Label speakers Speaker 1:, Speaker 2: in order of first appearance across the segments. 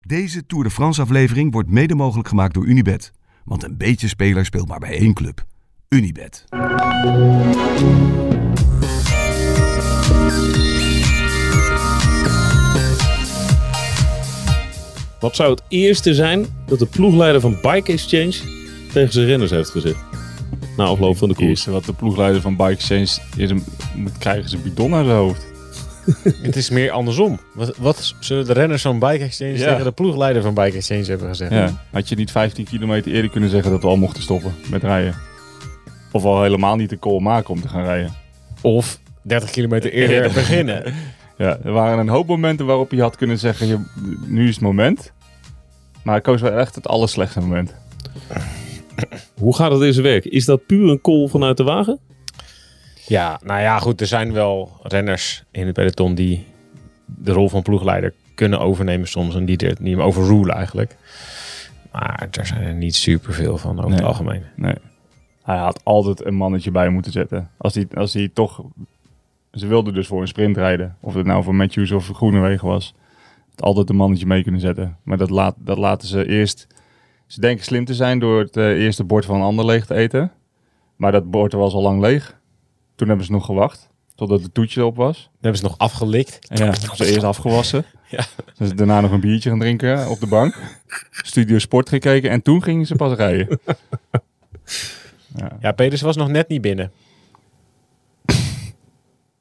Speaker 1: Deze Tour de France-aflevering wordt mede mogelijk gemaakt door Unibed. Want een beetje speler speelt maar bij één club. Unibed.
Speaker 2: Wat zou het eerste zijn dat de ploegleider van Bike Exchange tegen zijn renners heeft gezegd? Na afloop van de
Speaker 3: Het
Speaker 2: koers.
Speaker 3: eerste wat de ploegleider van Bike Exchange is een, moet krijgen is een bidon aan zijn hoofd.
Speaker 4: Het is meer andersom. Wat, wat zullen de renners van Bike Exchange
Speaker 3: Ja.
Speaker 4: tegen de ploegleider van Bike Exchange hebben gezegd?
Speaker 3: Ja. Had je niet 15 kilometer eerder kunnen zeggen dat we al mochten stoppen met rijden? Of al helemaal niet de call maken om te gaan rijden?
Speaker 4: Of 30 kilometer eerder beginnen.
Speaker 3: Ja, er waren een hoop momenten waarop hij had kunnen zeggen, je- nu is het moment. Maar hij koos wel echt het allerslechtste moment.
Speaker 2: Hoe gaat het in zijn werk? Is dat puur een call vanuit de wagen?
Speaker 4: Ja, nou ja, goed. Er zijn wel renners in het peloton die de rol van ploegleider kunnen overnemen soms. En die, er- die hem overrulen eigenlijk. Maar daar zijn er niet superveel van over het
Speaker 3: Nee.
Speaker 4: algemeen.
Speaker 3: Nee. Hij had altijd een mannetje bij moeten zetten. Als hij, als hij toch... Ze wilden dus voor een sprint rijden. Of het nou voor Matthews of voor Groenewegen was. Had altijd een mannetje mee kunnen zetten. Maar dat, laat, dat laten ze eerst... Ze denken slim te zijn door het eh, eerste bord van een ander leeg te eten. Maar dat bord was al lang leeg. Toen hebben ze nog gewacht. Totdat het toetje op was.
Speaker 4: Dan hebben ze nog afgelikt.
Speaker 3: Ja, hebben ze eerst afgewassen.
Speaker 4: Ja.
Speaker 3: Ze is daarna nog een biertje gaan drinken op de bank. Studio Sport gekeken en toen gingen ze pas rijden.
Speaker 4: Ja, Peders was nog net niet binnen.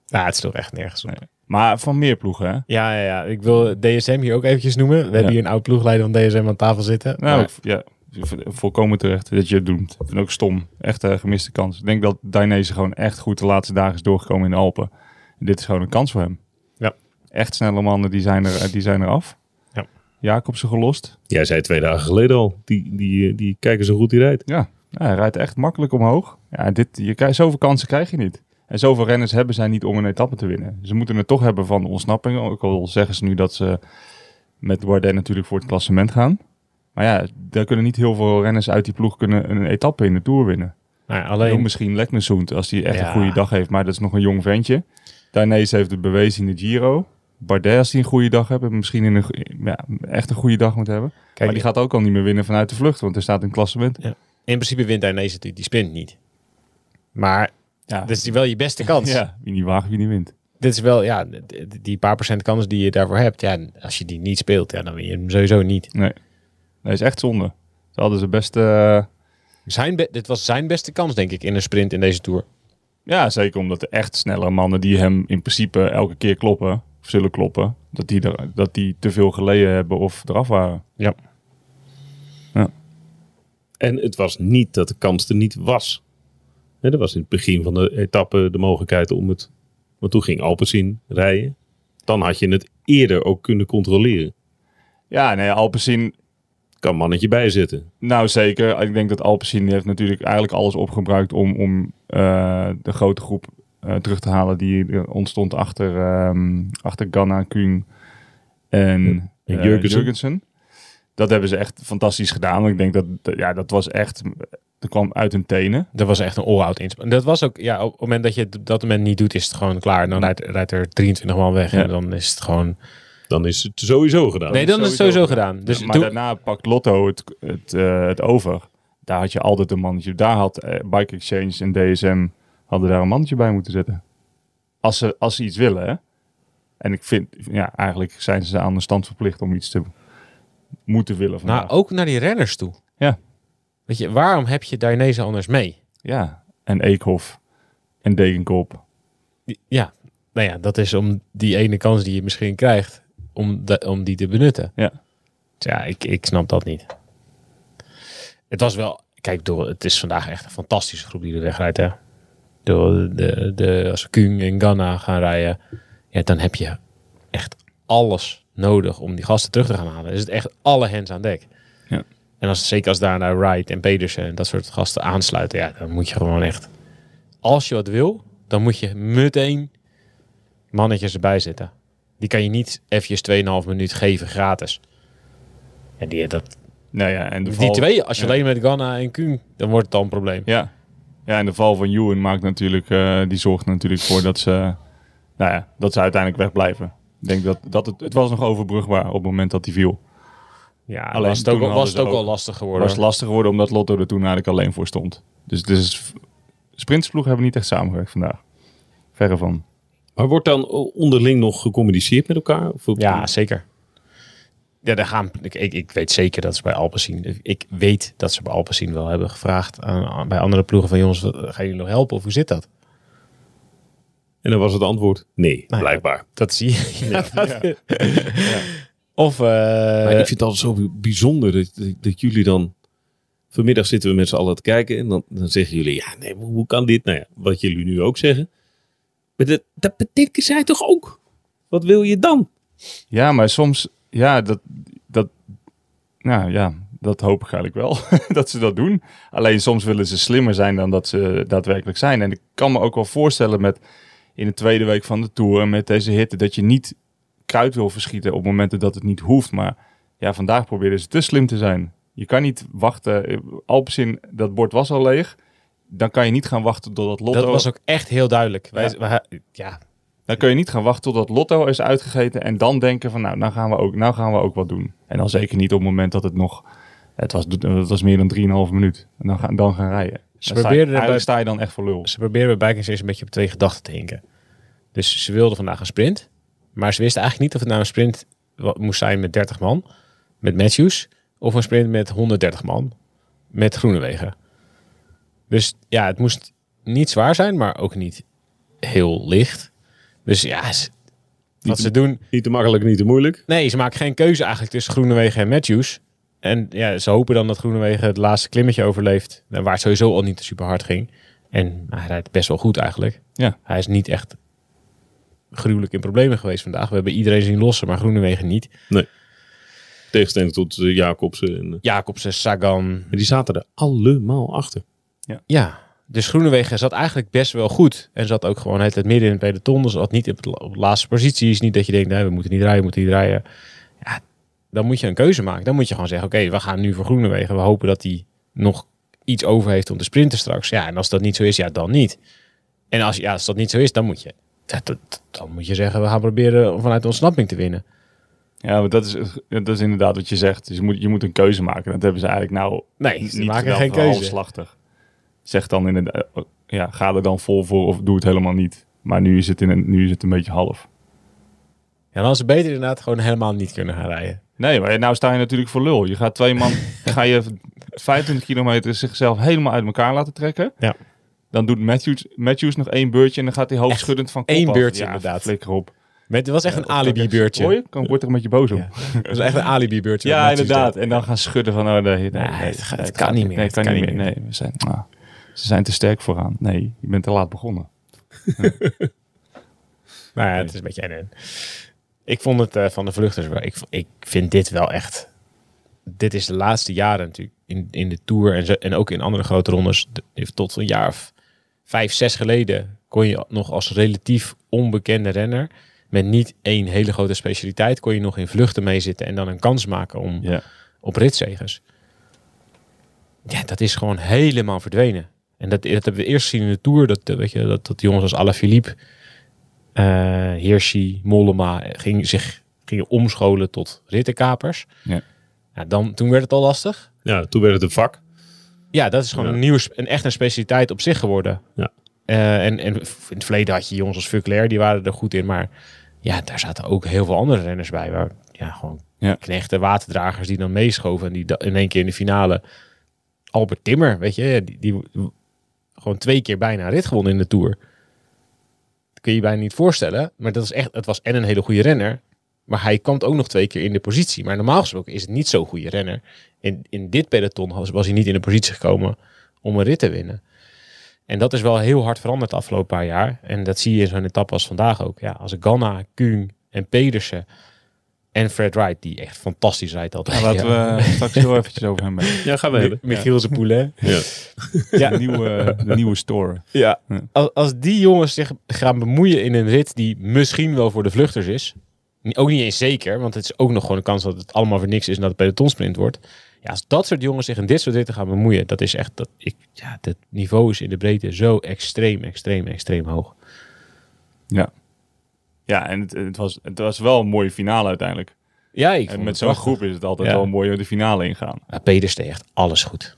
Speaker 4: nou, het is toch echt nergens op.
Speaker 3: Nee. Maar van meer ploegen, hè?
Speaker 4: Ja, ja, ja, ik wil DSM hier ook eventjes noemen. We hebben hier een oud ploegleider van DSM aan tafel zitten.
Speaker 3: Nou,
Speaker 4: Maar-
Speaker 3: ik- ja, vo- volkomen terecht dat je het doet. Ik vind het ook stom. Echt eh, gemiste kans. Ik denk dat Dainese gewoon echt goed de laatste dagen is doorgekomen in de Alpen. En dit is gewoon een kans voor hem.
Speaker 4: Ja.
Speaker 3: Echt snelle mannen, die zijn, er, die zijn eraf.
Speaker 4: Ja.
Speaker 3: Jacobsen gelost.
Speaker 2: Jij zei twee dagen geleden al. Die, die, eh, die kijken zo goed die rijdt.
Speaker 3: Ja, ja, hij rijdt echt makkelijk omhoog. Ja, dit, je krijgt, zoveel kansen krijg je niet. En zoveel renners hebben zij niet om een etappe te winnen. Ze moeten het toch hebben van ontsnapping. Ook al zeggen ze nu dat ze met Bardet natuurlijk voor het klassement gaan. Maar ja, daar kunnen niet heel veel renners uit die ploeg kunnen een etappe in de Tour winnen.
Speaker 4: nou,
Speaker 3: Heel
Speaker 4: alleen,
Speaker 3: misschien Leknesund als hij echt
Speaker 4: Ja.
Speaker 3: een goede dag heeft. Maar dat is nog een jong ventje. Daarnaast heeft het bewezen in de Giro. Bardet als hij een goede dag heeft. en Misschien in een, go- ja, echt een goede dag moet hebben.
Speaker 4: kijk,
Speaker 3: maar die gaat ook al niet meer winnen vanuit de vlucht. Want er staat een klassement.
Speaker 4: in principe wint Dainese natuurlijk die sprint niet. Maar
Speaker 3: Ja,
Speaker 4: dat is wel je beste kans.
Speaker 3: Ah. Ja, wie niet waagt, wie niet wint.
Speaker 4: Dit is wel, ja, d- d- die paar procent kans die je daarvoor hebt. Ja, en als je die niet speelt, ja, dan win je hem sowieso niet.
Speaker 3: Nee. Dat is echt zonde. Ze hadden zijn beste... eh,
Speaker 4: Zijn be- dit was zijn beste kans, denk ik, in een sprint in deze Tour.
Speaker 3: ja, zeker omdat de echt snelle mannen die hem in principe elke keer kloppen, of zullen kloppen, dat die, er, dat die te veel geleden hebben of eraf waren.
Speaker 4: Ja.
Speaker 2: En het was niet dat de kans er niet was. Hè, er was in het begin van de etappe de mogelijkheid om het... Want toen ging Alpecin rijden. Dan had je het eerder ook kunnen controleren.
Speaker 3: Ja, nee, Alpecin...
Speaker 2: Kan mannetje bijzetten.
Speaker 3: Nou, zeker. Ik denk dat Alpecin die heeft natuurlijk eigenlijk alles opgebruikt om, om eh, de grote groep eh, terug te halen die er ontstond achter, ehm, achter Ganna, Kuhn en
Speaker 2: En
Speaker 3: eh,
Speaker 2: Jurgensen.
Speaker 3: Jurgensen. Dat hebben ze echt fantastisch gedaan. Ik denk dat, dat- ja, dat was echt... Dat kwam uit hun tenen.
Speaker 4: Dat was echt een all-out inspanning. Dat was ook, ja, op het moment dat je het op dat moment niet doet, is het gewoon klaar. Dan rijdt, rijdt er 23 man weg
Speaker 3: Ja.
Speaker 4: en dan is het gewoon...
Speaker 2: Dan is het sowieso gedaan.
Speaker 4: Nee, dan is het sowieso gedaan. Dus
Speaker 3: Dus maar
Speaker 4: doe-
Speaker 3: daarna pakt Lotto het, het, eh, het over. Daar had je altijd een mannetje. Daar had eh, Bike Exchange en DSM hadden daar een mannetje bij moeten zetten. Als ze, als ze iets willen, hè. En ik vind, ja, eigenlijk zijn ze aan de stand verplicht om iets te moeten willen vandaag.
Speaker 4: Nou, ook naar die renners toe.
Speaker 3: Ja.
Speaker 4: Weet je, waarom heb je Dainese anders mee?
Speaker 3: Ja, en Eekhof en Degenkop.
Speaker 4: Die- Ja, nou ja, dat is om die ene kans die je misschien krijgt, om, da- om die te benutten.
Speaker 3: Ja.
Speaker 4: Ja, ik, ik snap dat niet. Het was wel, kijk, door, het is vandaag echt een fantastische groep die er wegrijdt, hè. Door de, de, als Kung en Ghana gaan rijden, ja, dan heb je echt alles nodig om die gasten terug te gaan halen. Dus het echt alle hands aan dek.
Speaker 3: Ja.
Speaker 4: En als, zeker als daarna Wright en Pedersen en dat soort gasten aansluiten, ja, dan moet je gewoon echt... Als je wat wil, dan moet je meteen mannetjes erbij zetten. Die kan je niet eventjes 2,5 minuut geven gratis. En die, dat,
Speaker 3: Nou ja, en de
Speaker 4: Dus die
Speaker 3: val-
Speaker 4: twee, als je
Speaker 3: ja.
Speaker 4: alleen met Ghana en Kuhn, dan wordt het al een probleem.
Speaker 3: Ja. ja, en de val van Ewan maakt natuurlijk, eh, die zorgt er natuurlijk voor dat ze, nou ja, dat ze uiteindelijk wegblijven. Ik denk dat, dat het, het was nog overbrugbaar op het moment dat hij viel.
Speaker 4: Ja,
Speaker 3: Alleen
Speaker 4: was het ook,
Speaker 3: toen
Speaker 4: was het
Speaker 3: hadden
Speaker 4: ook
Speaker 3: ze
Speaker 4: wel
Speaker 3: ook-
Speaker 4: lastig
Speaker 3: Het
Speaker 4: geworden.
Speaker 3: was lastig geworden omdat Lotto er toen eigenlijk alleen voor stond. Dus, dus sprintersploegen hebben niet echt samengewerkt vandaag. Verre van.
Speaker 2: Maar wordt dan onderling nog gecommuniceerd met elkaar? Of op-
Speaker 4: Ja, zeker. Ja, daar gaan, ik, ik, ik weet zeker dat ze bij Alpecin, ik weet dat ze bij Alpecin wel hebben gevraagd aan, aan- bij andere ploegen van jongens, wat- gaan jullie nog helpen of hoe zit dat?
Speaker 2: En dan was het antwoord nee, Eh,
Speaker 4: ja.
Speaker 2: blijkbaar.
Speaker 4: Dat zie je. Ja, dat- Of, eh,
Speaker 2: Maar ik vind het altijd zo bijzonder dat, dat jullie dan... Vanmiddag zitten we met z'n allen te kijken en dan, dan zeggen jullie... Ja, nee, hoe hoe kan dit? Nou ja, wat jullie nu ook zeggen. Maar dat, dat bedenken zij toch ook? Wat wil je dan?
Speaker 3: Ja, maar soms, ja, dat, dat, nou ja, dat hoop ik eigenlijk wel, dat ze dat doen. Alleen soms willen ze slimmer zijn dan dat ze daadwerkelijk zijn. En ik kan me ook wel voorstellen met, in de tweede week van de Tour, met deze hitte, dat je niet kruid wil verschieten op momenten dat het niet hoeft. Maar ja, vandaag proberen ze te slim te zijn. Je kan niet wachten, Alpecin, dat bord was al leeg. Dan kan je niet gaan wachten totdat Lotto...
Speaker 4: dat was ook echt heel duidelijk. Wij,
Speaker 3: Ja.
Speaker 4: wij- ja,
Speaker 3: Dan kun je niet gaan wachten totdat Lotto is uitgegeten en dan denken van nou, nou gaan we ook, nou gaan we ook wat doen. En dan zeker niet op het moment dat het nog, het was, het was meer dan 3,5 minuut. En dan gaan, dan gaan rijden.
Speaker 4: Ze
Speaker 3: Dan sta, je-
Speaker 4: probeerden
Speaker 3: eigenlijk
Speaker 4: erbij-
Speaker 3: sta je dan echt voor lul.
Speaker 4: ze probeerden bij Bikings eens een beetje op twee gedachten te hinken. Dus ze wilden vandaag een sprint. Maar ze wisten eigenlijk niet of het nou een sprint wa- moest zijn met 30 man. Met Matthews. Of een sprint met 130 man. Met Groenewegen. Dus ja, het moest niet zwaar zijn, maar ook niet heel licht. Dus ja, ze- wat ze doen...
Speaker 2: Niet te makkelijk, niet te moeilijk.
Speaker 4: Nee, ze maken geen keuze eigenlijk tussen Groenewegen en Matthews. En ja, ze hopen dan dat Groenewegen het laatste klimmetje overleeft. nou, Waar het sowieso al niet super hard ging. En nou, hij rijdt best wel goed eigenlijk.
Speaker 3: Ja.
Speaker 4: Hij is niet echt gruwelijk in problemen geweest vandaag. We hebben iedereen zien lossen, maar Groenewegen niet.
Speaker 2: Tegenstelling tot eh, Jacobsen. En, eh,
Speaker 4: Jacobsen, Sagan.
Speaker 2: maar die zaten er allemaal achter.
Speaker 4: Ja, dus Groenewegen zat eigenlijk best wel goed. En zat ook gewoon het, het midden in het peloton. Dus zat niet op, het la- op de laatste positie. Is niet dat je denkt, nee, we moeten niet rijden, we moeten niet rijden. Ja, dan moet je een keuze maken. Dan moet je gewoon zeggen, oké, we gaan nu voor Groenewegen. We hopen dat hij nog iets over heeft om te sprinten straks. Ja, en als dat niet zo is, ja, dan niet. En als, ja, als dat niet zo is, dan moet je... ja, dat- dat- dan moet je zeggen, we gaan proberen om vanuit de ontsnapping te winnen.
Speaker 3: Ja, maar dat is, dat is inderdaad wat je zegt. Dus je moet, je moet een keuze maken. Dat hebben ze eigenlijk nou
Speaker 4: Nee, ze
Speaker 3: niet
Speaker 4: maken
Speaker 3: gedaan,
Speaker 4: geen
Speaker 3: vooral
Speaker 4: keuze.
Speaker 3: Slachtig. Zeg dan inderdaad, ja, ga er dan vol voor of doe het helemaal niet. Maar nu is het, in een, nu is het een beetje half.
Speaker 4: Ja, dan hadden ze beter inderdaad gewoon helemaal niet kunnen gaan rijden.
Speaker 3: Nee, maar nou sta je natuurlijk voor lul. Je gaat twee man, ga je 25 kilometer zichzelf helemaal uit elkaar laten trekken.
Speaker 4: Ja.
Speaker 3: Dan doet Matthews, Matthews nog één beurtje en dan gaat hij hoofdschuddend van kop
Speaker 4: één
Speaker 3: af.
Speaker 4: beurtje,
Speaker 3: Ja,
Speaker 4: inderdaad.
Speaker 3: flikker op.
Speaker 4: Maar het was echt een alibi-beurtje.
Speaker 3: Hoor je? Kan wordt er een beetje boos om. Ja,
Speaker 4: Dat is echt een alibi-beurtje. wat Matthews
Speaker 3: inderdaad.
Speaker 4: deed.
Speaker 3: En dan gaan schudden van, oh nee, nee, nee,
Speaker 4: het gaat-
Speaker 3: nee,
Speaker 4: het
Speaker 3: nee,
Speaker 4: kan niet meer,
Speaker 3: Nee,
Speaker 4: het
Speaker 3: het kan
Speaker 4: kan
Speaker 3: niet meer.
Speaker 4: niet
Speaker 3: Nee, we zijn, ah, ze zijn te sterk vooraan. Nee, je bent te laat begonnen.
Speaker 4: Maar ja, het is een beetje en, en. Ik vond het eh, van de vluchters wel. Ik, ik vind dit wel echt. Dit is de laatste jaren natuurlijk in, in de Tour en, zo, en ook in andere grote rondes. de- Tot een jaar of vijf, zes geleden kon je nog als relatief onbekende renner. Met niet één hele grote specialiteit kon je nog in vluchten meezitten en dan een kans maken om
Speaker 3: Ja.
Speaker 4: op ritzegers. Ja, dat is gewoon helemaal verdwenen. En dat, dat hebben we eerst gezien in de Tour. Dat, eh, weet je, dat, dat jongens als Alaphilippe, eh Hirschi, Mollema eh, gingen zich gingen omscholen tot rittenkapers.
Speaker 3: Ja.
Speaker 4: Ja, dan, toen werd het al lastig.
Speaker 2: Ja, toen werd het een vak.
Speaker 4: Ja, dat is gewoon
Speaker 2: Ja.
Speaker 4: een nieuw, sp- een, echt een specialiteit op zich geworden.
Speaker 2: Ja.
Speaker 4: Eh, en, en in het verleden had je jongens als Fuclair, die waren er goed in. Maar ja, daar zaten ook heel veel andere renners bij. Waar, ja, gewoon
Speaker 3: Ja.
Speaker 4: knechten, waterdragers die dan meeschoven. En die da- in één keer in de finale. Albert Timmer, weet je, die, die gewoon twee keer bijna een rit gewonnen in de Tour. Dat kun je je bijna niet voorstellen. Maar dat is echt, het was en een hele goede renner. Maar hij kwam ook nog twee keer in de positie. Maar normaal gesproken is het niet zo'n goede renner. In, in dit peloton was, was hij niet in de positie gekomen om een rit te winnen. En dat is wel heel hard veranderd de afgelopen paar jaar. En dat zie je in zo'n etappe als vandaag ook. Ja, als Ganna, Kuhn en Pedersen en Fred Wright, die echt fantastisch rijdt altijd.
Speaker 3: Nou, Laten
Speaker 4: Ja.
Speaker 3: we straks heel eventjes over hem hebben.
Speaker 2: Ja, gaan we hebben.
Speaker 4: Michiel zijn Poulet.
Speaker 2: Ja.
Speaker 3: De nieuwe, de nieuwe store.
Speaker 4: Ja.
Speaker 3: Ja.
Speaker 4: Als, als die jongens zich gaan bemoeien in een rit die misschien wel voor de vluchters is. ni- Ook niet eens zeker, want het is ook nog gewoon een kans dat het allemaal voor niks is en dat het pelotonsprint wordt. Ja, als dat soort jongens zich in dit soort ritten gaan bemoeien, dat is echt dat ik, ja, het niveau is in de breedte zo extreem, extreem, extreem hoog.
Speaker 3: Ja, en het, het, was, het was wel een mooie finale uiteindelijk.
Speaker 4: Ja, ik
Speaker 3: En
Speaker 4: vond
Speaker 3: met
Speaker 4: het
Speaker 3: zo'n
Speaker 4: prachtig.
Speaker 3: groep is het altijd
Speaker 4: Ja.
Speaker 3: wel mooi om de finale ingaan.
Speaker 4: Maar Peders deed echt alles goed.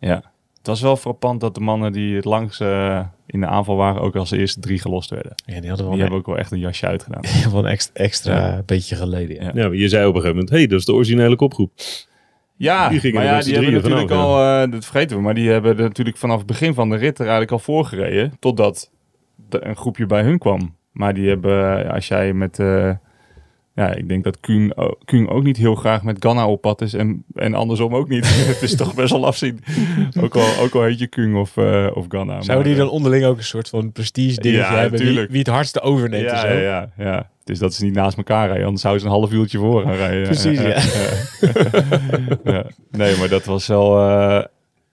Speaker 3: Ja. Het was wel frappant dat de mannen die het langst eh, in de aanval waren ook als eerste drie gelost werden.
Speaker 4: Ja, die hadden
Speaker 3: Die
Speaker 4: wel, een,
Speaker 3: hebben ook wel echt een jasje uitgedaan.
Speaker 4: wel een extra, extra beetje geleden. Ja.
Speaker 3: Ja.
Speaker 2: Ja, je zei op een gegeven moment, hey, dat is de originele kopgroep.
Speaker 3: Ja,
Speaker 2: Die gingen
Speaker 3: maar
Speaker 2: er
Speaker 3: ja,
Speaker 2: met z'n
Speaker 3: die hebben
Speaker 2: drieën
Speaker 3: natuurlijk
Speaker 2: vanaf,
Speaker 3: al, eh, dat vergeten we, maar die hebben er natuurlijk vanaf het begin van de rit er eigenlijk al voorgereden. Totdat de- een groepje bij hun kwam. Maar die hebben, eh, als jij met, eh, ja, ik denk dat Kuhn, o- Kuhn ook niet heel graag met Ganna op pad is en, en andersom ook niet. het is toch best wel afzien. ook, al, ook al heet je Kuhn of, eh of Ganna.
Speaker 4: Zouden
Speaker 3: maar, eh,
Speaker 4: die dan onderling ook een soort van prestige dingetje
Speaker 3: Ja,
Speaker 4: hebben? Wie,
Speaker 3: tuurlijk.
Speaker 4: wie het hardste overneemt
Speaker 3: ja,
Speaker 4: of zo?
Speaker 3: ja, ja, ja. Dus dat ze niet naast elkaar rijden, anders zouden ze een half uurtje voor gaan rijden.
Speaker 4: Precies, ja.
Speaker 3: ja. Nee, maar dat was wel... eh,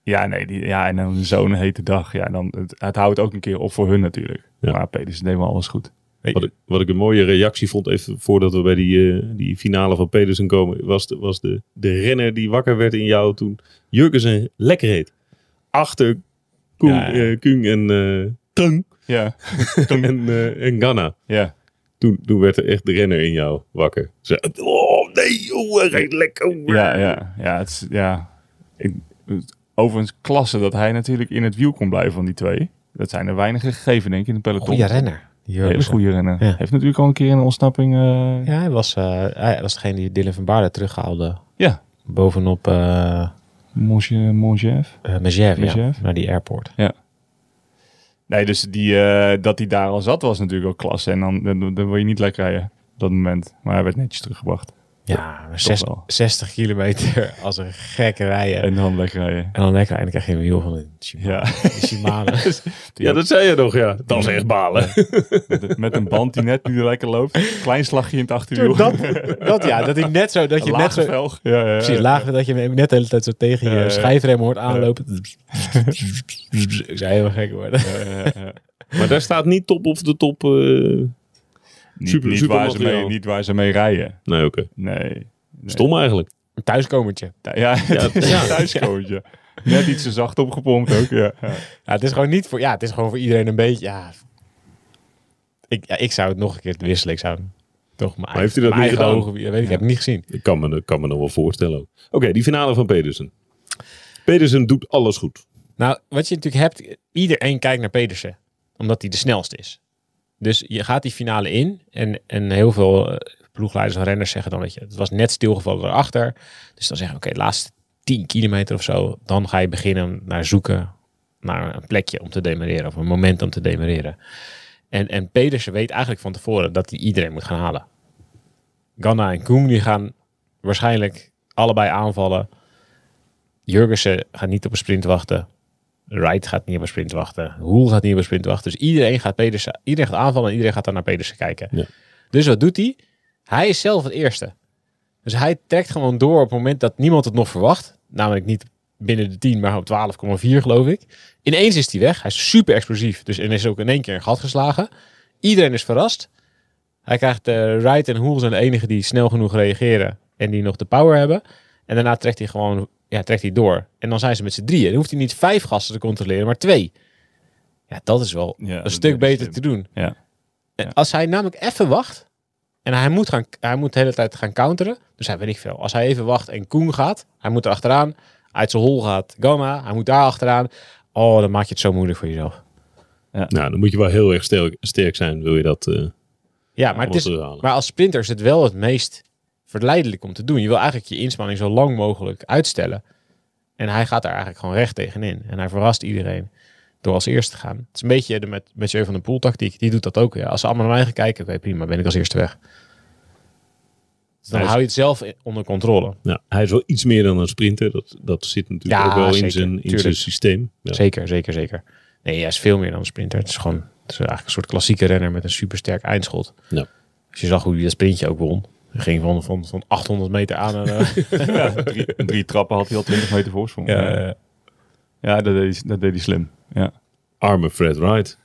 Speaker 3: ja, nee, die, ja, en dan zo'n hete dag. Ja, dan, het, het houdt ook een keer op voor hun natuurlijk.
Speaker 2: Ja.
Speaker 3: Maar Pedersen deed wel alles goed.
Speaker 2: Wat ik, wat ik een mooie reactie vond, even voordat we bij die, eh, die finale van Pedersen komen, was, de, was de, de renner die wakker werd in jou toen Jurgensen lekker heet. Achter Koen,
Speaker 4: Ja, ja.
Speaker 2: eh, Kung en eh Tung
Speaker 3: Ja,
Speaker 2: en, eh, en Ghana.
Speaker 3: ja.
Speaker 2: Toen, toen werd er echt de renner in jou wakker. Ze, oh nee, joh, hij reed lekker.
Speaker 3: Ja, ja, ja. Het, is- ja. Ik, het- overigens klasse dat hij natuurlijk in het wiel kon blijven van die twee. Dat zijn er weinige gegeven, denk ik, in de peloton.
Speaker 4: Goeie renner. Die
Speaker 3: Hele
Speaker 4: Jurgensen.
Speaker 3: goede rennen.
Speaker 4: Ja.
Speaker 3: Heeft natuurlijk al een keer een ontsnapping. eh,
Speaker 4: Ja, hij was, eh, hij was degene die Dylan van Baarden terughaalde.
Speaker 3: ja,
Speaker 4: Bovenop eh
Speaker 3: Mosje, Mosjef.
Speaker 4: eh, Megève, ja,
Speaker 3: Megève.
Speaker 4: naar die airport.
Speaker 3: Nee, dus die, eh, dat hij daar al zat was natuurlijk ook klasse. En dan, dan, dan wil je niet lekker rijden op dat moment. Maar hij werd netjes teruggebracht.
Speaker 4: Ja, maar zes-
Speaker 3: wel.
Speaker 4: 60 kilometer als een gekke rijden. En,
Speaker 3: En dan lekker rijden.
Speaker 4: dan lekker eindelijk krijg je een wiel van een Shimano.
Speaker 3: Ja,
Speaker 4: Die Shimano.
Speaker 2: Ja, dat zei je nog, ja. Dat is echt balen.
Speaker 3: met- met een band die net niet lekker loopt. Klein slagje in het achterwiel.
Speaker 4: dat, dat ja, dat ik net zo, dat je net
Speaker 3: Lage
Speaker 4: zo,
Speaker 3: velg. Ja, ja, ja.
Speaker 4: precies laag dat je hem net de hele tijd zo tegen je
Speaker 3: Ja, ja.
Speaker 4: schijfrem hoort aanlopen. Ik zou helemaal gek worden.
Speaker 3: Ja, ja, ja.
Speaker 2: Maar daar staat niet top of de top. eh,
Speaker 3: Niet,
Speaker 2: Super-
Speaker 3: niet,
Speaker 2: super
Speaker 3: waar ze mee,
Speaker 2: materiaal.
Speaker 3: niet waar ze mee rijden.
Speaker 2: Nee, oké.
Speaker 3: Nee. nee.
Speaker 2: Stom eigenlijk.
Speaker 4: Een thuiskomertje.
Speaker 3: Ja, ja, het is een thuiskootje. Net iets te zacht opgepompt ook. Ja, ja.
Speaker 4: Ja, het is gewoon niet voor, ja, het is gewoon voor iedereen een beetje, ja. Ik, ja, ik zou het nog een keer wisselen, ik zou toch maar
Speaker 2: heeft hij dat niet gedaan?
Speaker 4: weet ik, ik heb het niet gezien.
Speaker 2: Ik kan me, ik kan me nog wel voorstellen ook. Oké, die finale van Pedersen. Pedersen doet alles goed.
Speaker 4: Nou, wat je natuurlijk hebt, iedereen kijkt naar Pedersen, omdat hij de snelste is. Dus je gaat die finale in en, en heel veel eh, ploegleiders en renners zeggen dan dat je, het was net stilgevallen erachter. Dus dan zeggen we, oké, de laatste 10 kilometer of zo, dan ga je beginnen naar zoeken naar een plekje om te demereren of een moment om te demereren. En, en Pedersen weet eigenlijk van tevoren dat hij iedereen moet gaan halen. Ganna en Koen die gaan waarschijnlijk allebei aanvallen. Jurgensen gaat niet op een sprint wachten. Wright gaat niet op een sprint wachten. Hoel gaat niet op een sprint wachten. Dus iedereen gaat, Pedersen, iedereen gaat aanvallen en iedereen gaat dan naar Pedersen kijken.
Speaker 2: Ja.
Speaker 4: Dus wat doet hij? Hij is zelf het eerste. Dus hij trekt gewoon door op het moment dat niemand het nog verwacht. Namelijk niet binnen de 10, maar op 12,4 geloof ik. Ineens is hij weg. Hij is super explosief. Dus en is ook in één keer een gat geslagen. Iedereen is verrast. Hij krijgt eh Wright en Hoel zijn de enigen die snel genoeg reageren. En die nog de power hebben. En daarna trekt hij gewoon ja, trekt hij door. En dan zijn ze met z'n drieën. Dan hoeft hij niet vijf gasten te controleren, maar twee. Ja, dat is wel
Speaker 3: Ja,
Speaker 4: een
Speaker 3: dat
Speaker 4: stuk
Speaker 3: is
Speaker 4: beter
Speaker 3: slim.
Speaker 4: te doen.
Speaker 3: Ja.
Speaker 4: En Als hij namelijk even wacht. En hij moet, gaan, hij moet de hele tijd gaan counteren. Dus hij weet ik veel. Als hij even wacht en Koen gaat. Hij moet er achteraan. Uit zijn hol gaat Goma. Hij moet daar achteraan. Oh, dan maak je het zo moeilijk voor jezelf.
Speaker 2: Nou, dan moet je wel heel erg sterk, sterk zijn, wil je dat eh
Speaker 4: Ja, maar, het
Speaker 2: alles
Speaker 4: is,
Speaker 2: terughalen.
Speaker 4: maar als sprinter is het wel het meest verleidelijk om te doen. Je wil eigenlijk je inspanning zo lang mogelijk uitstellen. En hij gaat daar eigenlijk gewoon recht tegenin. En hij verrast iedereen door als eerste te gaan. Het is een beetje de met, met van de Poel tactiek. Die doet dat ook. Ja. Als ze allemaal naar mij gaan kijken, oké prima, ben ik als eerste weg. Dus dan
Speaker 2: Hij is-
Speaker 4: hou je het zelf in- onder controle.
Speaker 2: Nou, hij is wel iets meer dan een sprinter. Dat, dat zit natuurlijk
Speaker 4: Ja,
Speaker 2: ook wel
Speaker 4: zeker.
Speaker 2: in zijn, in zijn
Speaker 4: Tuurlijk.
Speaker 2: systeem. Ja.
Speaker 4: Zeker, zeker, zeker. Nee, hij is veel meer dan een sprinter. Het is gewoon het is eigenlijk een soort klassieke renner met een supersterk eindschot.
Speaker 2: Ja.
Speaker 4: Als je zag hoe hij dat sprintje ook won. Hij ging van, van, van 800 meter aan. En, eh,
Speaker 3: Drie, drie trappen had hij al 20 meter voorsprong.
Speaker 4: Ja.
Speaker 3: ja dat, deed, hij- dat deed hij slim. Ja.
Speaker 2: Arme Fred Wright.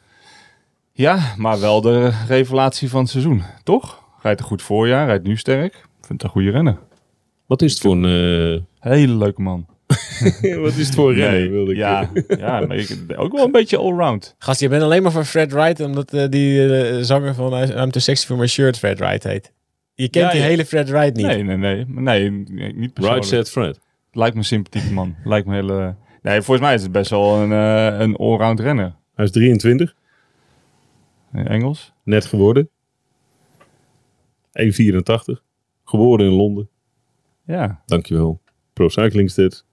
Speaker 3: Ja, maar wel de revelatie van het seizoen, toch? Rijdt een goed voorjaar, rijdt nu sterk. Vindt het een goede renner.
Speaker 2: Wat is het voor een...
Speaker 3: Hele leuke man.
Speaker 2: eh, wat is het voor een renner, wilde ik
Speaker 3: ja, ja maar ik, ook wel een beetje allround.
Speaker 4: Gast, je eh, bent alleen maar van Fred Wright, omdat eh, die eh, zanger van I'm Too Sexy For My Shirt Fred Wright heet. Je kent
Speaker 2: Ja,
Speaker 4: die
Speaker 2: ja.
Speaker 4: hele Fred Wright niet.
Speaker 3: Nee, nee, nee. Nee, nee, niet
Speaker 2: Right
Speaker 3: persoonlijk.
Speaker 2: said Fred.
Speaker 3: Lijkt me een sympathieke man. Lijkt me een hele... Nee, volgens mij is het best wel een, eh, een allround renner.
Speaker 2: Hij is 23,
Speaker 3: Eh, Engels.
Speaker 2: net geworden. 1,84. Geboren in Londen.
Speaker 3: Ja.
Speaker 2: Dankjewel. Pro Cycling Stats.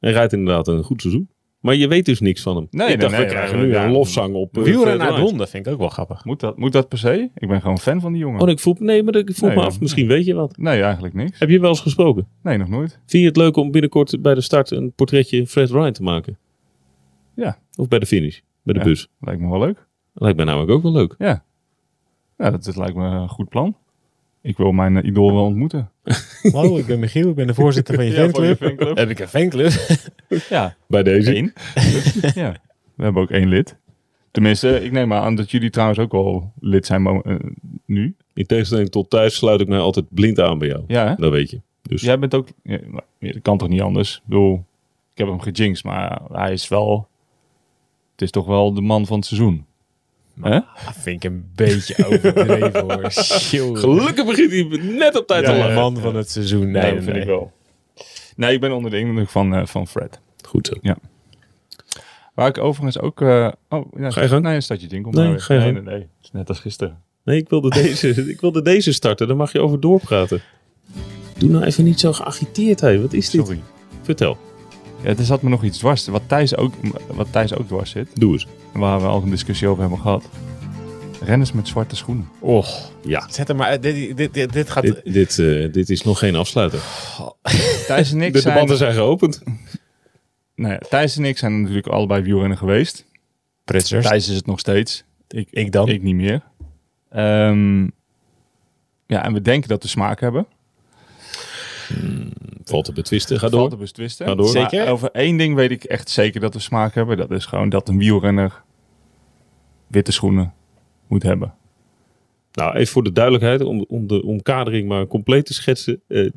Speaker 2: Hij rijdt inderdaad een goed seizoen. Maar je weet dus niks van hem.
Speaker 3: Nee,
Speaker 2: ik
Speaker 3: nee,
Speaker 2: dacht,
Speaker 3: nee,
Speaker 2: we krijgen
Speaker 3: ja,
Speaker 2: nu
Speaker 3: ja.
Speaker 2: een lofzang op. eh, Fred
Speaker 4: Wielrennen uit
Speaker 2: Wright.
Speaker 4: Londen vind ik ook wel grappig.
Speaker 3: Moet dat, moet dat per se? Ik ben gewoon fan van die jongen.
Speaker 2: Oh, ik voel, nee, maar ik voel
Speaker 3: Nee,
Speaker 2: me
Speaker 3: ja.
Speaker 2: af. Misschien weet je wat.
Speaker 3: Nee, eigenlijk niks.
Speaker 2: Heb je wel eens gesproken?
Speaker 3: Nee, nog nooit.
Speaker 2: Vind je het leuk om binnenkort bij de start een portretje Fred Ryan te maken?
Speaker 3: Ja.
Speaker 2: Of bij de finish? Bij de
Speaker 3: Ja.
Speaker 2: bus?
Speaker 3: Lijkt me wel leuk.
Speaker 2: Lijkt mij namelijk ook wel leuk.
Speaker 3: Ja. Ja, dat, dat lijkt me een goed plan. Ik wil mijn eh, idool wel ontmoeten.
Speaker 4: Hallo, ik ben Michiel, ik ben de voorzitter van je
Speaker 3: Ja, van je
Speaker 4: fanclub.
Speaker 3: fanclub.
Speaker 4: Heb ik een fanclub?
Speaker 3: Ja.
Speaker 2: Bij deze.
Speaker 3: Eén. ja. We hebben ook één lid. Tenminste, ik neem aan dat jullie trouwens ook al lid zijn mo- eh, nu.
Speaker 2: In tegenstelling tot thuis sluit ik mij altijd blind aan bij jou.
Speaker 3: Ja, hè?
Speaker 2: Dat weet je. Dus
Speaker 3: Jij bent ook... Ja, maar dat kan toch niet anders? Ik bedoel, ik heb hem gejinxed, maar hij is wel... Het is toch wel de man van het seizoen. Hè?
Speaker 4: Ah, vind ik een beetje overdreven hoor. Jongen.
Speaker 2: gelukkig begint hij net op tijd
Speaker 4: Ja,
Speaker 2: te
Speaker 4: de
Speaker 2: lachen.
Speaker 4: man van het seizoen. Nee,
Speaker 3: dat
Speaker 4: nee,
Speaker 3: vind ik
Speaker 4: nee.
Speaker 3: wel. Nee, ik ben onder de indruk van, eh, van Fred.
Speaker 2: Goed zo.
Speaker 3: Waar ik overigens ook... eh, oh, ja,
Speaker 2: Ga je gang.
Speaker 3: Nee, een stadje ding.
Speaker 2: Nee, ga je
Speaker 3: nee, nee,
Speaker 2: gang.
Speaker 3: nee. Het is net als gisteren.
Speaker 2: Nee, ik wilde, deze, ik wilde deze starten. Daar mag je over doorpraten. Doe nou even niet zo geagiteerd, hé. Wat is dit?
Speaker 3: Sorry.
Speaker 2: Vertel.
Speaker 3: Ja, er zat me nog iets dwars. Wat Thijs ook, wat Thijs ook dwars zit.
Speaker 2: Doe eens.
Speaker 3: Waar we al een discussie over hebben gehad. Renners met zwarte schoenen.
Speaker 4: Och,
Speaker 2: Ja.
Speaker 4: zet hem maar uit. Dit, dit, dit, dit gaat...
Speaker 2: Dit, dit, eh, dit is nog geen afsluiter.
Speaker 3: Thijs en
Speaker 2: De
Speaker 3: ik
Speaker 2: de
Speaker 3: zijn...
Speaker 2: banden zijn geopend.
Speaker 3: Nou ja, Thijs en ik zijn natuurlijk allebei wielrenner geweest.
Speaker 4: Pritsers.
Speaker 3: Thijs is het nog steeds. Ik,
Speaker 4: Ik dan.
Speaker 3: Ik niet meer. Ehm, ja, en we denken dat we smaak hebben.
Speaker 2: Valt te betwisten. Ga
Speaker 3: Valt
Speaker 2: door.
Speaker 3: te betwisten.
Speaker 2: Ga door.
Speaker 3: Maar
Speaker 4: Zeker?
Speaker 3: over één ding weet ik echt zeker dat we smaak hebben. Dat is gewoon dat een wielrenner witte schoenen moet hebben.
Speaker 2: Nou, even voor de duidelijkheid, om, om de omkadering maar compleet te schetsen. eh,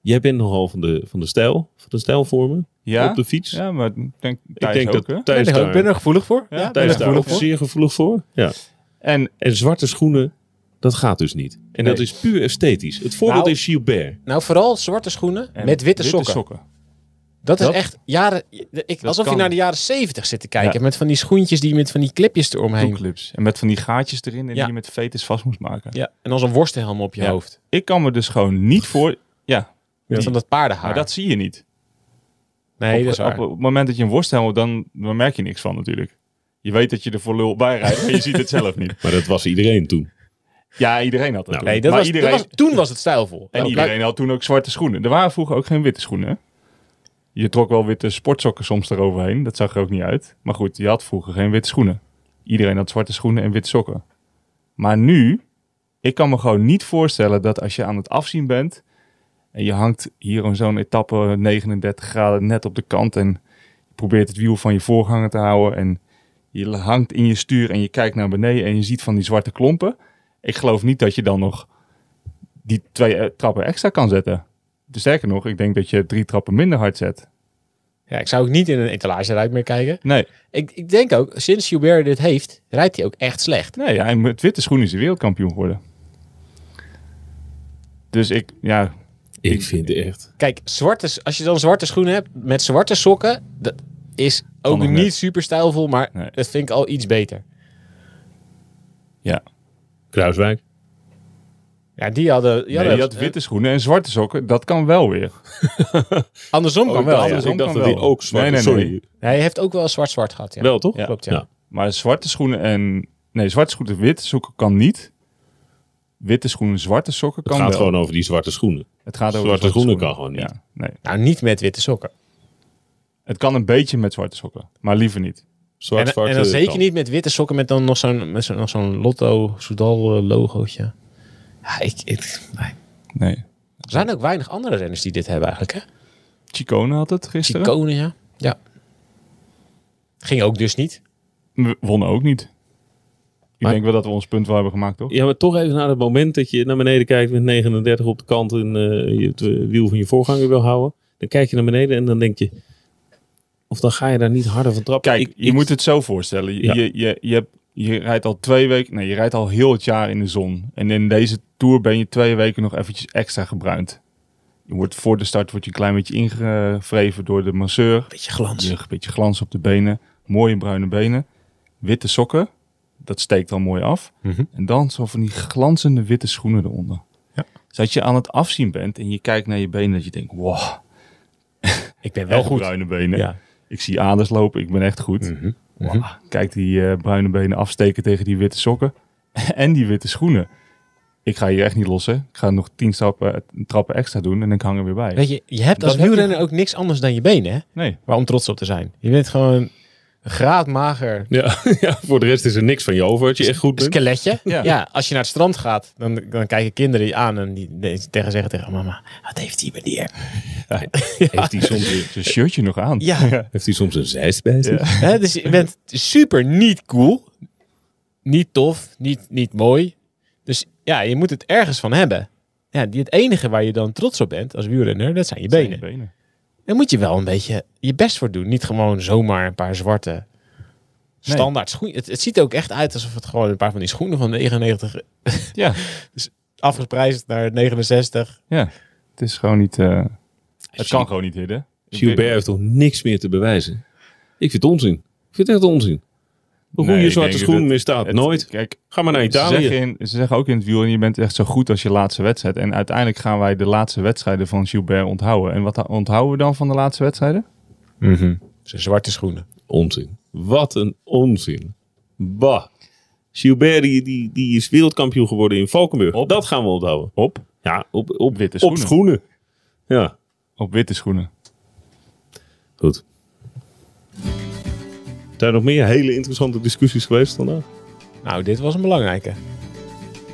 Speaker 2: jij bent nogal van de, van de stijl, van de stijlvormen
Speaker 3: Ja?
Speaker 2: op de fiets.
Speaker 3: Ja, maar ik denk
Speaker 2: ik
Speaker 3: Thijs
Speaker 2: denk
Speaker 3: ook, hè?
Speaker 2: dat Thijs
Speaker 4: ik ben
Speaker 2: daar,
Speaker 4: er gevoelig voor.
Speaker 3: Ja,
Speaker 2: Thijs
Speaker 4: ben er
Speaker 2: daar
Speaker 4: gevoelig
Speaker 2: ook
Speaker 4: voor.
Speaker 2: zeer gevoelig voor. Ja.
Speaker 3: En
Speaker 2: En zwarte schoenen, dat gaat dus niet. En dat
Speaker 3: Nee.
Speaker 2: is puur esthetisch. Het voorbeeld
Speaker 4: Nou,
Speaker 2: is Gilbert.
Speaker 4: Nou, vooral zwarte schoenen
Speaker 3: En
Speaker 4: met witte, sokken. Dat is
Speaker 3: Dat-
Speaker 4: echt jaren... Ik, alsof je
Speaker 3: kan.
Speaker 4: naar de jaren zeventig zit te kijken.
Speaker 3: Ja.
Speaker 4: Met van die schoentjes die met van die clipjes eromheen.
Speaker 3: Toeclips. En met van die gaatjes erin en
Speaker 4: Ja.
Speaker 3: die je met vetus vast moest maken.
Speaker 4: Ja. En als een worstenhelm op je
Speaker 3: Ja.
Speaker 4: hoofd.
Speaker 3: Ik kan me dus gewoon niet voor... Ja,
Speaker 4: Met van dat paardenhaar.
Speaker 3: maar dat zie je niet.
Speaker 4: nee,
Speaker 3: op,
Speaker 4: dat is waar.
Speaker 3: op het moment dat je een worstel hebt, dan, dan merk je niks van natuurlijk. Je weet dat je er voor lul bij rijdt, maar je ziet het zelf niet.
Speaker 2: Maar dat was iedereen toen.
Speaker 3: Ja, iedereen had dat
Speaker 2: Nou,
Speaker 3: toen.
Speaker 4: Nee, dat
Speaker 3: maar
Speaker 4: was, dat
Speaker 3: iedereen,
Speaker 4: was- toen was het stijlvol.
Speaker 3: en
Speaker 4: Nou,
Speaker 3: iedereen had toen ook zwarte schoenen. Er waren vroeger ook geen witte schoenen. hè? Je trok wel witte sportsokken soms eroverheen. Dat zag er ook niet uit. Maar goed, je had vroeger geen witte schoenen. Iedereen had zwarte schoenen en witte sokken. Maar nu, ik kan me gewoon niet voorstellen dat als je aan het afzien bent... en je hangt hier in zo'n etappe 39 graden net op de kant... en je probeert het wiel van je voorganger te houden... en je hangt in je stuur en je kijkt naar beneden en je ziet van die zwarte klompen. Ik geloof niet dat je dan nog die twee eh, trappen extra kan zetten. Dus sterker nog, ik denk dat je drie trappen minder hard zet.
Speaker 4: Ja, ik zou ook niet in een etalageruit meer kijken.
Speaker 3: Nee,
Speaker 4: Ik, ik denk ook, sinds Hubert dit heeft, rijdt hij ook echt slecht.
Speaker 3: nee hij met witte schoenen is hij wereldkampioen geworden. Dus ik, ja,
Speaker 2: Ik vind het echt.
Speaker 4: Kijk, zwarte, s- als je dan zwarte schoenen hebt met zwarte sokken, dat is ook
Speaker 3: nog
Speaker 4: niet
Speaker 3: net.
Speaker 4: super stijlvol, maar
Speaker 3: Nee.
Speaker 4: dat vind ik al iets beter.
Speaker 3: ja.
Speaker 2: Kruiswijk.
Speaker 4: Ja, die hadden... Die
Speaker 3: Nee,
Speaker 4: hadden
Speaker 3: je had witte schoenen en zwarte sokken, dat kan wel weer.
Speaker 4: eh, Andersom kan wel.
Speaker 3: dacht-
Speaker 4: ja.
Speaker 3: andersom
Speaker 2: ik dacht
Speaker 3: kan
Speaker 2: dat hij
Speaker 3: wel.
Speaker 2: ook zwart
Speaker 3: Nee, nee,
Speaker 2: Sorry.
Speaker 3: nee.
Speaker 4: Hij heeft ook wel zwart-zwart gehad, ja.
Speaker 2: Wel toch?
Speaker 3: Ja.
Speaker 4: Klopt, ja.
Speaker 2: Ja.
Speaker 3: Maar zwarte schoenen en, nee, zwarte schoenen en witte sokken kan niet. Witte schoenen, en zwarte sokken
Speaker 2: Het
Speaker 3: kan
Speaker 2: gaat
Speaker 3: wel.
Speaker 2: gewoon over die zwarte schoenen.
Speaker 3: het gaat over
Speaker 2: zwarte
Speaker 3: de
Speaker 2: schoenen kan gewoon niet.
Speaker 3: Ja, nee.
Speaker 4: Nou, niet met witte sokken.
Speaker 3: Het kan een beetje met zwarte sokken, maar liever niet.
Speaker 2: Zwart,
Speaker 4: en,
Speaker 2: zwart,
Speaker 4: en dan
Speaker 2: eh,
Speaker 4: zeker
Speaker 2: kan.
Speaker 4: niet met witte sokken met dan nog zo'n met zo'n- nog zo'n Lotto Soudal eh, logootje. Ja, ik, ik, nee.
Speaker 3: Nee.
Speaker 4: Er zijn ook weinig andere renners die dit hebben eigenlijk, hè?
Speaker 3: Chicone had het gisteren.
Speaker 4: Chicone, ja. ja. Ging ook dus niet.
Speaker 3: We wonnen ook niet. Ik
Speaker 4: Maar-
Speaker 3: denk wel dat we ons punt wel hebben gemaakt, toch?
Speaker 2: Ja, maar toch even naar het moment dat je naar beneden kijkt met 39 op de kant en eh, je het eh, wiel van je voorganger wil houden. Dan kijk je naar beneden en dan denk je, of dan ga je daar niet harder van trappen.
Speaker 3: Kijk,
Speaker 2: Ik-
Speaker 3: je
Speaker 2: ik-
Speaker 3: moet het zo voorstellen. Je,
Speaker 2: Ja.
Speaker 3: je, je, je hebt Je rijdt al twee weken, nee, je rijdt al heel het jaar in de zon. En in deze tour ben je twee weken nog eventjes extra gebruind. Je wordt voor de start wordt je een klein beetje ingevreven door de masseur.
Speaker 4: Beetje glans.
Speaker 3: Je hebt een beetje glans op de benen, mooie bruine benen, witte sokken. Dat steekt al mooi af.
Speaker 4: Mhm.
Speaker 3: En dan zo van die glanzende witte schoenen eronder.
Speaker 4: Ja.
Speaker 3: Zodat je aan het afzien bent en je kijkt naar je benen dat je denkt, wow,
Speaker 4: Ik ben wel
Speaker 3: wel
Speaker 4: goed.
Speaker 3: bruine benen.
Speaker 4: Ja.
Speaker 3: Ik zie aders lopen, ik ben echt goed.
Speaker 4: Mhm.
Speaker 3: Wow, Kijk die eh, bruine benen afsteken tegen die witte sokken en die witte schoenen. Ik ga hier echt niet lossen. Ik ga nog tien stappen, eh, trappen extra doen en ik hang er weer bij.
Speaker 4: Weet je, je hebt
Speaker 3: Dat
Speaker 4: als
Speaker 3: heb je-
Speaker 4: wielrenner ook niks anders dan je benen, hè?
Speaker 3: Nee,
Speaker 4: Waar om trots op te zijn. Je bent gewoon een graadmager
Speaker 2: Ja, ja, voor de rest is er niks van je over als je echt goed bent.
Speaker 4: skeletje.
Speaker 3: Ja.
Speaker 4: Ja. als je naar het strand gaat, dan, dan kijken kinderen je aan en die die tegen zeggen tegen mama, wat heeft die meneer?
Speaker 2: Heeft hij soms,
Speaker 3: zijn shirtje nog aan.
Speaker 4: Ja,
Speaker 2: heeft hij soms een zeist bij zich?
Speaker 4: Hè, dus je bent super niet cool. Niet tof, niet, niet mooi. Dus ja, je moet het ergens van hebben. Ja, die, het enige waar je dan trots op bent als wielrenner, dat zijn je
Speaker 3: Dat zijn
Speaker 4: benen.
Speaker 3: je benen.
Speaker 4: Daar moet je wel een beetje je best voor doen. Niet gewoon zomaar een paar zwarte standaard schoenen. Het, het ziet er ook echt uit alsof het gewoon een paar van die schoenen van 99
Speaker 3: Ja,
Speaker 4: afgeprijsd naar 69.
Speaker 3: ja. Het is gewoon niet... eh, het kan gewoon niet hidden.
Speaker 2: Gilbert heeft toch niks meer te bewijzen? Ik vind het onzin. Ik vind het echt onzin. Een
Speaker 3: Nee,
Speaker 2: goede
Speaker 3: ik
Speaker 2: zwarte
Speaker 3: denk
Speaker 2: schoen
Speaker 3: dat-
Speaker 2: misstaat
Speaker 3: Het-
Speaker 2: nooit.
Speaker 3: Kijk,
Speaker 2: Ga maar naar
Speaker 3: ze
Speaker 2: Italië.
Speaker 3: zeggen, in- ze zeggen ook in het wiel, en je bent echt zo goed als je laatste wedstrijd. En uiteindelijk gaan wij de laatste wedstrijden van Gilbert onthouden. En wat onthouden we dan van de laatste wedstrijden?
Speaker 4: Zijn zwarte schoenen.
Speaker 2: Onzin. Wat een onzin. Bah. Gilbert die, die, die is wereldkampioen geworden in Valkenburg. Dat gaan we onthouden. Op? Ja, op, op,
Speaker 3: Witte
Speaker 2: op
Speaker 3: schoenen.
Speaker 2: schoenen. Ja,
Speaker 3: Op witte schoenen.
Speaker 2: goed. Zijn er nog meer hele interessante discussies geweest vandaag?
Speaker 4: Nou, dit was een belangrijke.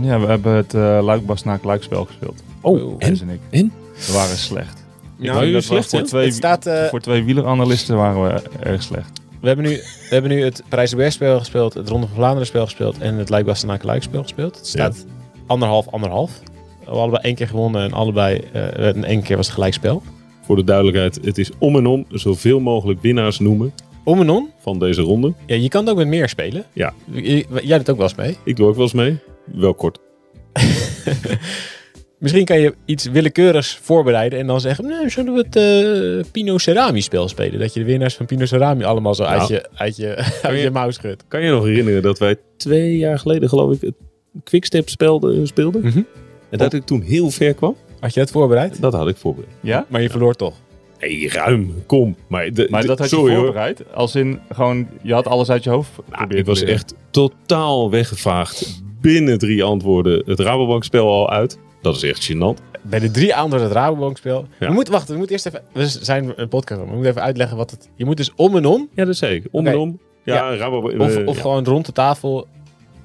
Speaker 3: Ja, we hebben het eh luikbas na luikspel gespeeld.
Speaker 4: Oh,
Speaker 3: en? en ik.
Speaker 2: en?
Speaker 3: We waren slecht.
Speaker 2: Nou, jullie
Speaker 3: dat we
Speaker 2: slecht, hè?
Speaker 3: voor twee,
Speaker 4: Het staat, eh,
Speaker 3: voor twee wieleranalisten waren we erg slecht.
Speaker 4: We hebben nu, we hebben nu het Prijs de Berg spel gespeeld, het Ronde van Vlaanderen spel gespeeld en het Luik Luik spel gespeeld. Het staat anderhalf, anderhalf. We hebben allebei één keer gewonnen en allebei eh, en één keer was het gelijkspel.
Speaker 2: Voor de duidelijkheid, het is om en om zoveel mogelijk winnaars noemen
Speaker 4: Om en om.
Speaker 2: van deze ronde.
Speaker 4: Ja, je kan het ook met meer spelen.
Speaker 2: Ja.
Speaker 4: Je- Jij doet ook wel eens mee.
Speaker 2: Ik doe ook wel eens mee. Wel kort.
Speaker 4: Misschien kan je iets willikeurigs voorbereiden en dan zeggen, nou, zullen we het eh, Pino Cerami spel spelen? Dat je de winnaars van Pino Cerami allemaal zo uit
Speaker 2: Nou.
Speaker 4: je, uit je, uit je mouw schudt.
Speaker 2: Kan je nog herinneren dat wij twee jaar geleden, geloof ik, het Quickstep speelde, speelden?
Speaker 4: Mhm.
Speaker 2: En dat ik toen heel ver kwam?
Speaker 4: Had je dat voorbereid?
Speaker 2: Dat had ik voorbereid.
Speaker 3: Ja?
Speaker 4: Maar je verloor toch.
Speaker 2: hey, ruim, kom. Maar, de-
Speaker 3: Maar
Speaker 2: de-
Speaker 3: dat had je
Speaker 2: sorry, hoor.
Speaker 3: voorbereid? Als in gewoon, je had alles uit je
Speaker 4: Ah,
Speaker 3: hoofd
Speaker 2: Nou,
Speaker 3: geprobeerd
Speaker 2: ik was
Speaker 3: te leren.
Speaker 2: echt totaal weggevaagd. Binnen drie antwoorden het Rabobankspel al uit. Dat is echt gênant.
Speaker 4: Bij de drie antwoorden het Rabobankspel.
Speaker 2: Ja.
Speaker 4: We moeten wachten, we moeten eerst even. We zijn een podcast, maar we moeten even uitleggen wat het. Je moet dus om en om,
Speaker 2: Ja, dat zei ik. Om en
Speaker 4: Oké.
Speaker 2: om. Ja, Rabobank.
Speaker 4: of,
Speaker 2: eh,
Speaker 4: of
Speaker 2: ja.
Speaker 4: gewoon rond de tafel.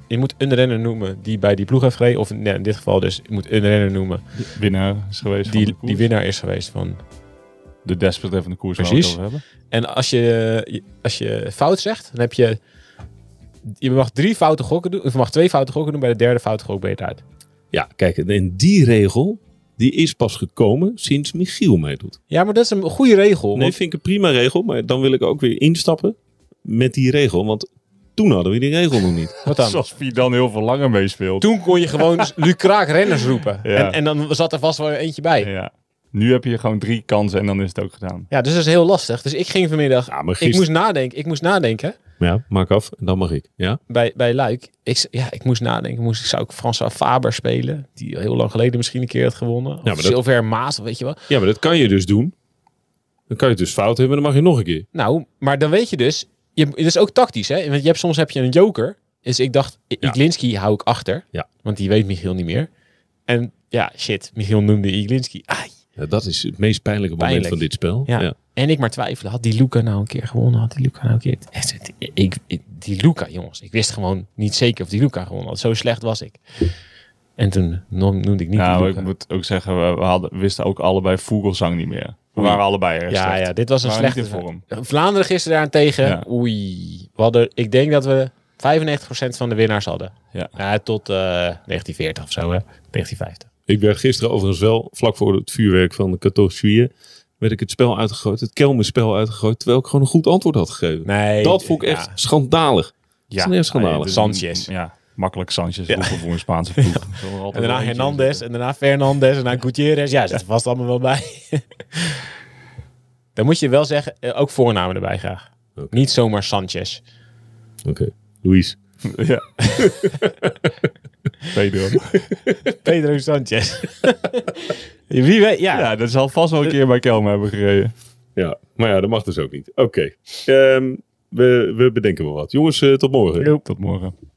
Speaker 4: Je moet een renner noemen die bij die ploeg heeft gereden. Of nee, in dit geval dus, je moet een renner noemen
Speaker 3: winnaar is geweest van de
Speaker 4: die,
Speaker 3: koers.
Speaker 4: die winnaar is geweest van.
Speaker 3: De desbetreffende koers waar we
Speaker 4: Precies.
Speaker 3: het over hebben.
Speaker 4: En als je, je- als je fout zegt, dan heb je. Je mag drie foute gokken doen, of je mag twee foute gokken doen, bij de derde foute gok ben je eruit.
Speaker 2: ja, kijk. En die regel, die is pas gekomen sinds Michiel meedoet.
Speaker 4: Ja, maar dat is een goede regel.
Speaker 2: Nee,
Speaker 4: want-
Speaker 2: vind ik een prima regel. Maar dan wil ik ook weer instappen met die regel. Want toen hadden we die regel nog niet.
Speaker 4: wat dan?
Speaker 3: Zoals wie dan heel veel langer meespeelt.
Speaker 4: Toen kon je gewoon lucraak renners roepen.
Speaker 3: Ja.
Speaker 4: En, en dan zat er vast wel eentje bij.
Speaker 3: Ja. Nu heb je gewoon drie kansen en dan is het ook gedaan.
Speaker 4: Ja, dus dat is heel lastig. Dus ik ging vanmiddag.
Speaker 2: Ja, maar
Speaker 4: Ik
Speaker 2: gisteren-
Speaker 4: moest nadenken. Ik moest nadenken
Speaker 2: Ja, maak af. En dan mag ik. Ja?
Speaker 4: bij, bij Luik. Ik, z- ja, ik moest nadenken. Moest, zou ik François Faber spelen? Die heel lang geleden misschien een keer had gewonnen. Of
Speaker 2: maar dat-
Speaker 4: Silver Maas, of weet je wel.
Speaker 2: ja, maar dat kan je dus doen. Dan kan je het dus fout hebben. Dan mag je nog een keer.
Speaker 4: Nou, maar dan weet je dus. Je, het is ook tactisch, hè? Want je hebt, soms heb je een joker. Dus ik dacht, I-
Speaker 2: Ja.
Speaker 4: Iglinski hou ik achter.
Speaker 2: Ja.
Speaker 4: Want die weet Michiel niet meer. En ja, shit. Michiel noemde Iglinski. Ah, Ai,
Speaker 2: Ja, dat is het meest pijnlijke moment
Speaker 4: Pijnlijk.
Speaker 2: van dit spel.
Speaker 4: Ja. En ik maar twijfelen. Had die Luca nou een keer gewonnen? Had die Luca nou een keer... Echt, het- ik, ik- die Luca, jongens. Ik wist gewoon niet zeker of die Luca gewonnen had. Zo slecht was ik. En toen noem- noemde ik niet die
Speaker 3: Nou, ik
Speaker 4: Luca.
Speaker 3: moet ook zeggen, we, we hadden, wisten ook allebei Vogelsang niet meer. We waren allebei erg
Speaker 4: ja,
Speaker 3: slecht.
Speaker 4: ja, dit was een
Speaker 3: We waren
Speaker 4: slechte
Speaker 3: niet in vorm.
Speaker 4: Vlaanderen gisteren daarentegen.
Speaker 3: Ja.
Speaker 4: Oei. We hadden, ik denk dat we 95% van de winnaars hadden.
Speaker 3: Ja.
Speaker 4: tot eh, 1940 of zo, hè? 1950.
Speaker 2: Ik werd gisteren overigens wel, vlak voor het vuurwerk van de 14 juillet, werd ik het spel uitgegooid, het Kelmerspel uitgegooid, terwijl ik gewoon een goed antwoord had gegeven.
Speaker 4: Nee.
Speaker 2: dat vond ik
Speaker 4: ja. Ah, dus
Speaker 2: echt schandalig.
Speaker 3: Je
Speaker 2: is alleen schandalig.
Speaker 3: ja,
Speaker 4: Sanchez.
Speaker 3: Ja, makkelijk Sanchez roepen voor een Spaanse ploeg. Er zullen er altijd
Speaker 4: En daarna
Speaker 3: wel eentje
Speaker 4: Hernandez, en daarna Fernandes, en daarna Gutierrez. Ja, zit er vast allemaal wel bij. Dan moet je wel zeggen, eh, ook voornamen erbij graag.
Speaker 2: Oké.
Speaker 4: Niet zomaar Sanchez.
Speaker 2: Oké. Luis.
Speaker 3: in zitten. Ja. Pedro.
Speaker 4: Pedro Sanchez. Wie weet, ja.
Speaker 3: Ja, dat zal vast wel een keer bij Kelme hebben gereden.
Speaker 2: Ja, maar ja, dat mag dus ook niet. Oké. Ehm, we, we bedenken wel wat. Jongens, eh, tot morgen.
Speaker 3: Tot morgen.